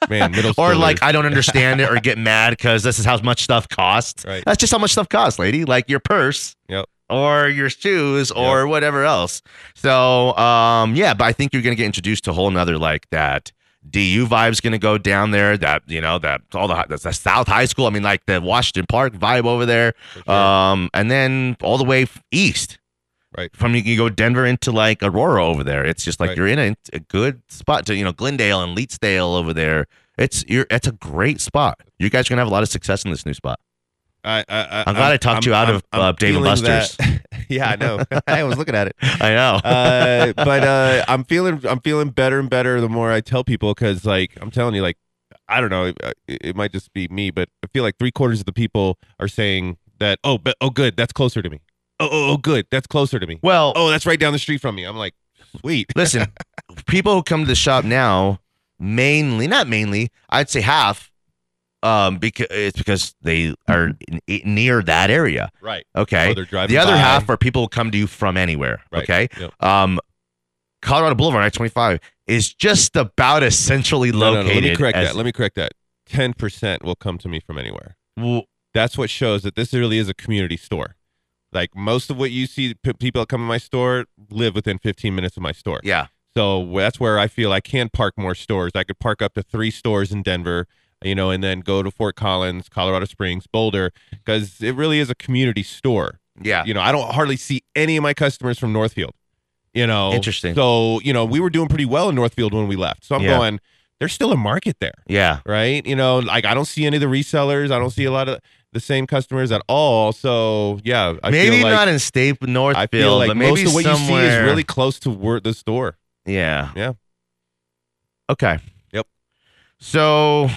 S9: Man, middle
S2: or like
S9: schoolers.
S2: I don't understand it or get mad because this is how much stuff costs.
S9: Right.
S2: That's just how much stuff costs, lady. Like your purse
S9: Yep.
S2: or your shoes or whatever else. So um yeah, but I think you're gonna get introduced to a whole nother like that. DU vibe's gonna go down there. That you know that all the hi- that's the South High School. I mean like the Washington Park vibe over there. Um and then all the way f- east.
S9: Right.
S2: From you can go Denver into like Aurora over there. It's just like
S9: Right.
S2: you're in a, a good spot to you know Glendale and Leetsdale over there. It's you're it's a great spot. You guys are gonna have a lot of success in this new spot.
S9: I, I, I,
S2: I'm glad I talked you out of, uh, Dave and
S9: feeling
S2: Buster's.
S9: that- yeah, I know. I was looking at it.
S2: I know.
S9: uh, but uh, I'm feeling I'm feeling better and better the more I tell people because like I'm telling you like I don't know it, uh, it might just be me but I feel like three quarters of the people are saying that oh but oh good that's closer to me oh oh, oh good that's closer to me
S2: well,
S9: oh that's right down the street from me I'm like sweet
S2: Listen, people who come to the shop now, mainly, not mainly, I'd say half, um, because it's because they are n- near that area.
S9: right
S2: Okay.
S9: Oh, they're driving
S2: the other
S9: by.
S2: half are people who come to you from anywhere.
S9: Right.
S2: Okay.
S9: Yep.
S2: Um, Colorado Boulevard, I 25, is just about as centrally
S9: No, no,
S2: located.
S9: no, let me correct
S2: as-
S9: that let me correct that ten percent will come to me from anywhere
S2: Well,
S9: that's what shows that this really is a community store. Like most of what you see, p- people that come to my store live within 15 minutes of my store.
S2: yeah.
S9: So that's where I feel I can park more stores. I could park up to three stores in Denver, you know, and then go to Fort Collins, Colorado Springs, Boulder, because it really is a community store.
S2: Yeah.
S9: You know, I don't hardly see any of my customers from Northfield. You know,
S2: Interesting.
S9: So you know, we were doing pretty well in Northfield when we left. So I'm
S2: Yeah.
S9: going. There's still a market there
S2: Yeah.
S9: right? You know, like I don't see any of the resellers. I don't see a lot of the same customers at all. So yeah, I
S2: maybe
S9: feel like,
S2: not in Staple Northfield,
S9: I feel like
S2: but maybe
S9: most of what
S2: somewhere.
S9: you see is really close to where the store.
S2: Yeah.
S9: Yeah.
S2: Okay.
S9: Yep.
S2: So,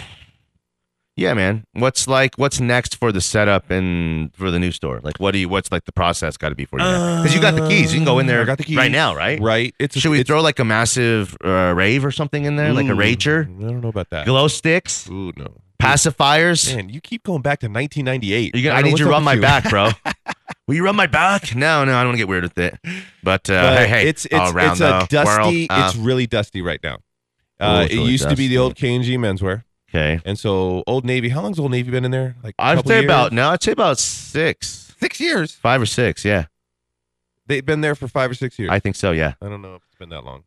S2: yeah, man. What's like? What's next for the setup and for the new store? Like, what do you? What's like the process got to be for you? Because you got the keys. You can go in there.
S9: I Um, got the keys.
S2: right now, right?
S9: Right. It's
S2: Should we
S9: it's-
S2: throw like a massive uh, rave or something in there, like a
S9: Ooh,
S2: rager,
S9: I don't know about that.
S2: glow sticks,
S9: Ooh no.
S2: pacifiers?
S9: Man, you keep going back to 1998.
S2: You gonna- I
S9: don't know
S2: need
S9: what's
S2: you
S9: up
S2: to rub
S9: with
S2: my
S9: you.
S2: back, bro. Will you rub my back? No, no, I don't want to get weird with it. But, uh,
S9: But
S2: hey, hey,
S9: it's it's,
S2: all around
S9: it's a
S2: the world,
S9: dusty.
S2: uh,
S9: it's really dusty right now.
S2: Ooh,
S9: Uh,
S2: it's
S9: it
S2: really
S9: used to be
S2: dusty.
S9: the old K and G menswear,
S2: okay.
S9: and so Old Navy. How long's Old Navy been in there? Like a
S2: I'd
S9: couple
S2: say
S9: years?
S2: about no, I'd say about six,
S9: six years.
S2: five or six. Yeah,
S9: They've been there for five or six years.
S2: I think so. Yeah.
S9: I don't know if it's been that long.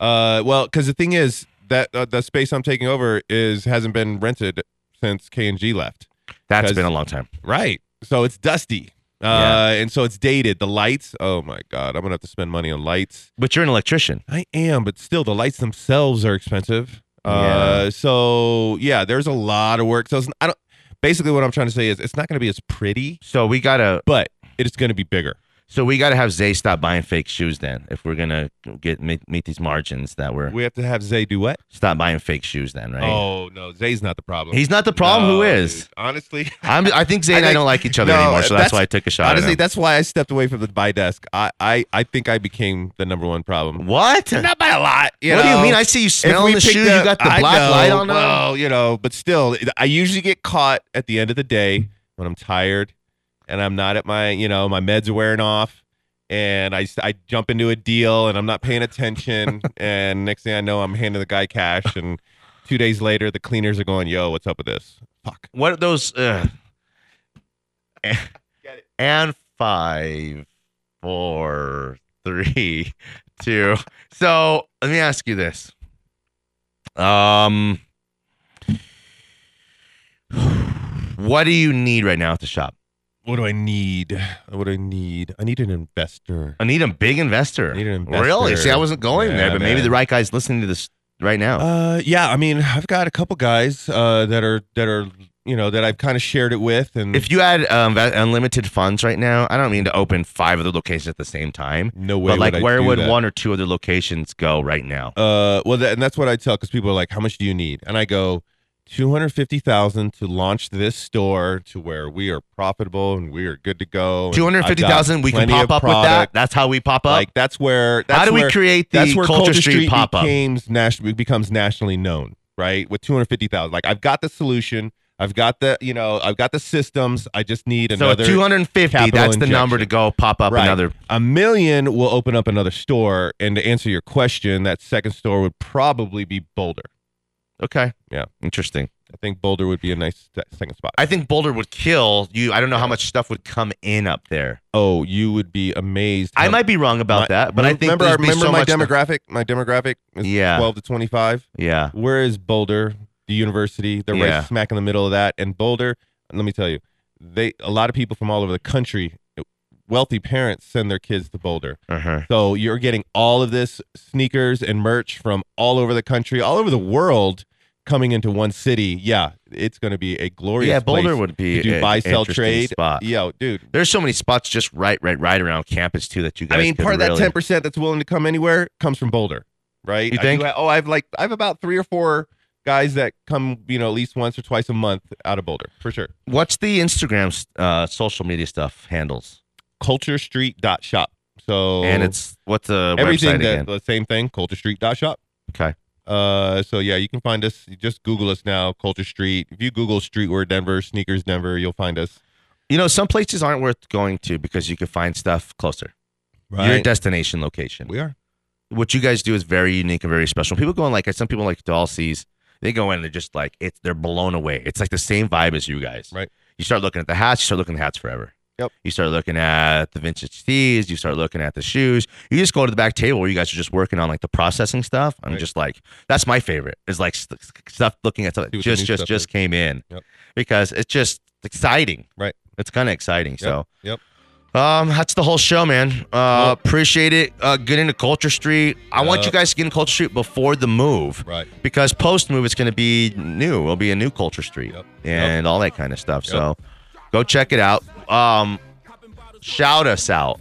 S9: Uh, well, because the thing is that uh, the space I'm taking over is hasn't been rented since K and G left.
S2: That's
S9: 'Cause-
S2: been a long time.
S9: Right. So it's dusty. Uh,
S2: Yeah.
S9: and so it's dated. The lights. Oh my God, I'm gonna have to spend money on lights.
S2: But you're an electrician.
S9: I am, but still, the lights themselves are expensive. Uh, so yeah, there's a lot of work. So it's, I don't. Basically, what I'm trying to say is, it's not gonna be as pretty,
S2: So we gotta
S9: but it is gonna be bigger.
S2: so we gotta have Zay stop buying fake shoes then if we're gonna get meet, meet these margins that we're
S9: We have to have Zay do what?
S2: stop buying fake shoes then, right?
S9: Oh no, Zay's not the problem.
S2: He's not the problem, who
S9: No,
S2: is?
S9: dude. honestly.
S2: I'm I think Zay and I
S9: think-
S2: don't like each other
S9: No,
S2: anymore, so that's,
S9: that's-
S2: why I took a shot. at
S9: Honestly,
S2: him.
S9: that's why I stepped away from the buy desk. I, I, I think I became the number one problem.
S2: what?
S9: Not by a lot. You
S2: what do you
S9: know?
S2: mean? I see you
S9: If we
S2: smelling the
S9: picked
S2: shoe. you
S9: up-
S2: got the
S9: I
S2: black
S9: know,
S2: light on. them?
S9: Well, you know, but still, I usually get caught at the end of the day when I'm tired and I'm not at my, you know, my meds are wearing off. And I, s- I jump into a deal and I'm not paying attention. and next thing I know, I'm handing the guy cash. And two days later, the cleaners are going, yo, what's up with this? Fuck.
S2: What are those? Uh,
S9: it.
S2: and five, four, three, two. So let me ask you this. Um, what do you need right now at the shop?
S9: what do I need? What do I need? I need an investor.
S2: I need a big investor.
S9: I need an investor.
S2: Really? See, I wasn't going there,
S9: Yeah,
S2: but maybe
S9: man.
S2: the right guy's listening to this right now.
S9: Uh, yeah, I mean, I've got a couple guys uh, that are that are you know that I've kind of shared it with, and
S2: if you had um, va- unlimited funds right now, I don't mean to open five other locations at the same time.
S9: no way,
S2: But like,
S9: would I
S2: where
S9: do
S2: would
S9: that.
S2: one or two other locations go right now?
S9: Uh, well, that, and that's what I tell because people are like, "How much do you need?" And I go, 250000 to launch this store to where we are profitable and we are good to go. and
S2: Two hundred fifty thousand.
S9: I've got
S2: We can
S9: plenty
S2: pop
S9: of
S2: up with that.
S9: product."
S2: That's how we pop up.
S9: Like that's where. That's
S2: how do we
S9: where-
S2: create the
S9: that's where
S2: Culture, Street, pop up?
S9: becomes national becomes nationally known, right? With two hundred fifty thousand, like I've got the solution, I've got the you know, I've got the systems. I just need
S2: So
S9: another
S2: at two hundred fifty,
S9: capital
S2: that's the number to
S9: injection.
S2: go pop up
S9: Right.
S2: another.
S9: A million will open up another store, and to answer your question, that second store would probably be Boulder.
S2: Okay,
S9: Yeah,
S2: interesting.
S9: I think Boulder would be a nice se- second spot.
S2: I think Boulder would kill you. I don't know how much stuff would come in up there.
S9: oh, you would be amazed.
S2: I
S9: how-
S2: might be wrong about
S9: my-
S2: that, but I think
S9: remember,
S2: there's be
S9: remember
S2: so
S9: my
S2: much
S9: demographic. My demographic is
S2: Yeah.
S9: twelve to twenty five.
S2: yeah,
S9: Where is Boulder? The university. They're
S2: Yeah.
S9: right smack in the middle of that. And Boulder, let me tell you, they a lot of people from all over the country, wealthy parents send their kids to Boulder.
S2: uh-huh.
S9: So you're getting all of this sneakers and merch from all over the country, all over the world, coming into one city. Yeah, it's going to be a glorious.
S2: yeah. Boulder
S9: place
S2: would be
S9: to do
S2: a-
S9: buy, sell,
S2: interesting
S9: trade.
S2: spot.
S9: Yo, dude.
S2: There's so many spots just right, right, right around campus too that you guys.
S9: I mean,
S2: could
S9: part of that
S2: really-
S9: ten percent that's willing to come anywhere comes from Boulder, right?
S2: You
S9: I do
S2: think?
S9: ha- oh, I've like I have about three or four guys that come, you know, at least once or twice a month out of Boulder for sure.
S2: What's the Instagram uh, social media stuff handles?
S9: CultureStreet.shop. So
S2: And it's what's the website
S9: everything
S2: again?
S9: that the same thing. CultureStreet.shop.
S2: okay.
S9: Uh, so yeah, you can find us. you Just Google us now, Culture Street. If you Google Streetwear Denver, Sneakers Denver, you'll find us.
S2: You know, some places aren't worth going to because you can find stuff closer. Your destination location.
S9: we are.
S2: what you guys do is very unique and very special. People go in like some people like to all seas. They go in and they're just like it's they're blown away. It's like the same vibe as you guys.
S9: Right.
S2: You start looking at the hats, you start looking at hats forever.
S9: Yep.
S2: You start looking at the vintage tees, you start looking at the shoes. You just go to the back table where you guys are just working on like the processing stuff. I'm
S9: Right.
S2: just like that's my favorite. Is like st- stuff looking at stuff
S9: See
S2: that
S9: what the
S2: just
S9: new
S2: just
S9: stuff
S2: just
S9: is.
S2: came in.
S9: Yep.
S2: Because it's just exciting.
S9: Right.
S2: It's kind of exciting.
S9: Yep.
S2: So
S9: Yep.
S2: um, that's the whole show, man. Uh,
S9: Well-
S2: appreciate it. Uh, get into Culture Street. I want
S9: Uh,
S2: you guys to get in Culture Street before the move,
S9: Right.
S2: because post move it's going to be new. It'll be a new Culture Street
S9: Yep.
S2: and all that kind of stuff. So, go check it out. Um, shout us out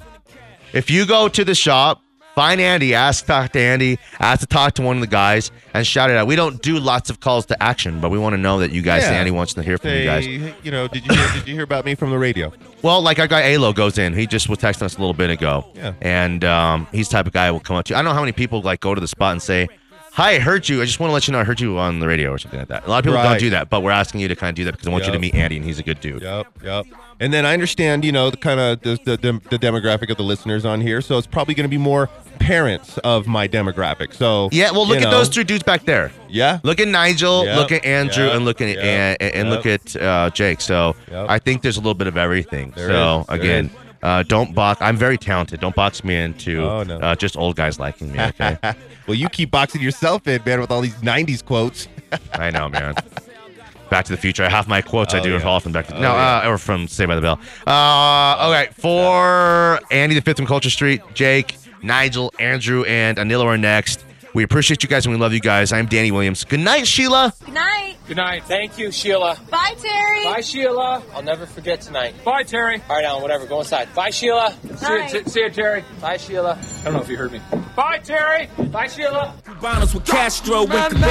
S2: if you go to the shop. Find Andy, ask talk to Andy, ask to talk to one of the guys, and shout it out. We don't do lots of calls to action, but we want to know that you guys.
S9: Yeah.
S2: Andy wants to hear from
S9: Say,
S2: you guys.
S9: you know, did you hear, did you hear about me from the radio?
S2: Well, like our guy Alo goes in. He just was texting us a little bit ago.
S9: Yeah.
S2: And um, he's the type of guy who will come up to you. I don't know how many people like go to the spot and say, Hi, I heard you. I just want to let you know I heard you on the radio or something like that. A lot of people don't
S9: Right.
S2: do that, but we're asking you to kind of do that because I want you to
S9: Yep.
S2: meet Andy and he's a good dude.
S9: Yep, yep. And then I understand, you know, the kind of the, the, dem- the demographic of the listeners on here. So it's probably going to be more parents of my demographic. So
S2: Yeah, well, look
S9: you
S2: at
S9: know,
S2: those three dudes back there.
S9: Yeah,
S2: Look at Nigel,
S9: Yep.
S2: look at Andrew,
S9: Yep.
S2: and look at
S9: Yep.
S2: and, and and look at uh, Jake. So
S9: Yep.
S2: I think there's a little bit of everything.
S9: There
S2: so
S9: is. There
S2: again,
S9: is.
S2: uh, don't box. I'm very talented. Don't box me into
S9: Oh, no.
S2: uh, just old guys liking me. Okay,
S9: well, you keep boxing yourself in, man, with all these '90s quotes.
S2: I know, man. Back to the Future. I have my quotes I
S9: Oh,
S2: do
S9: yeah.
S2: all from Back to the
S9: Oh,
S2: No, uh, or from Saved by the Bell. Uh, all right, for Andy the Fifth from Culture Street, Jake, Nigel, Andrew, and Anila are next. We appreciate you guys and we love you guys. I'm Danny Williams. Good night, Sheila.
S12: Good night.
S13: Good night. Thank you, Sheila.
S12: Bye, Terry.
S13: Bye, Sheila. I'll never forget tonight. Bye, Terry. All right, Alan, whatever. Go inside. Bye, Sheila.
S12: Bye.
S13: See, you, see you, Terry. Bye, Sheila. I don't know if you heard me. Bye, Terry. Bye, Sheila.
S8: Cubanos with Castro and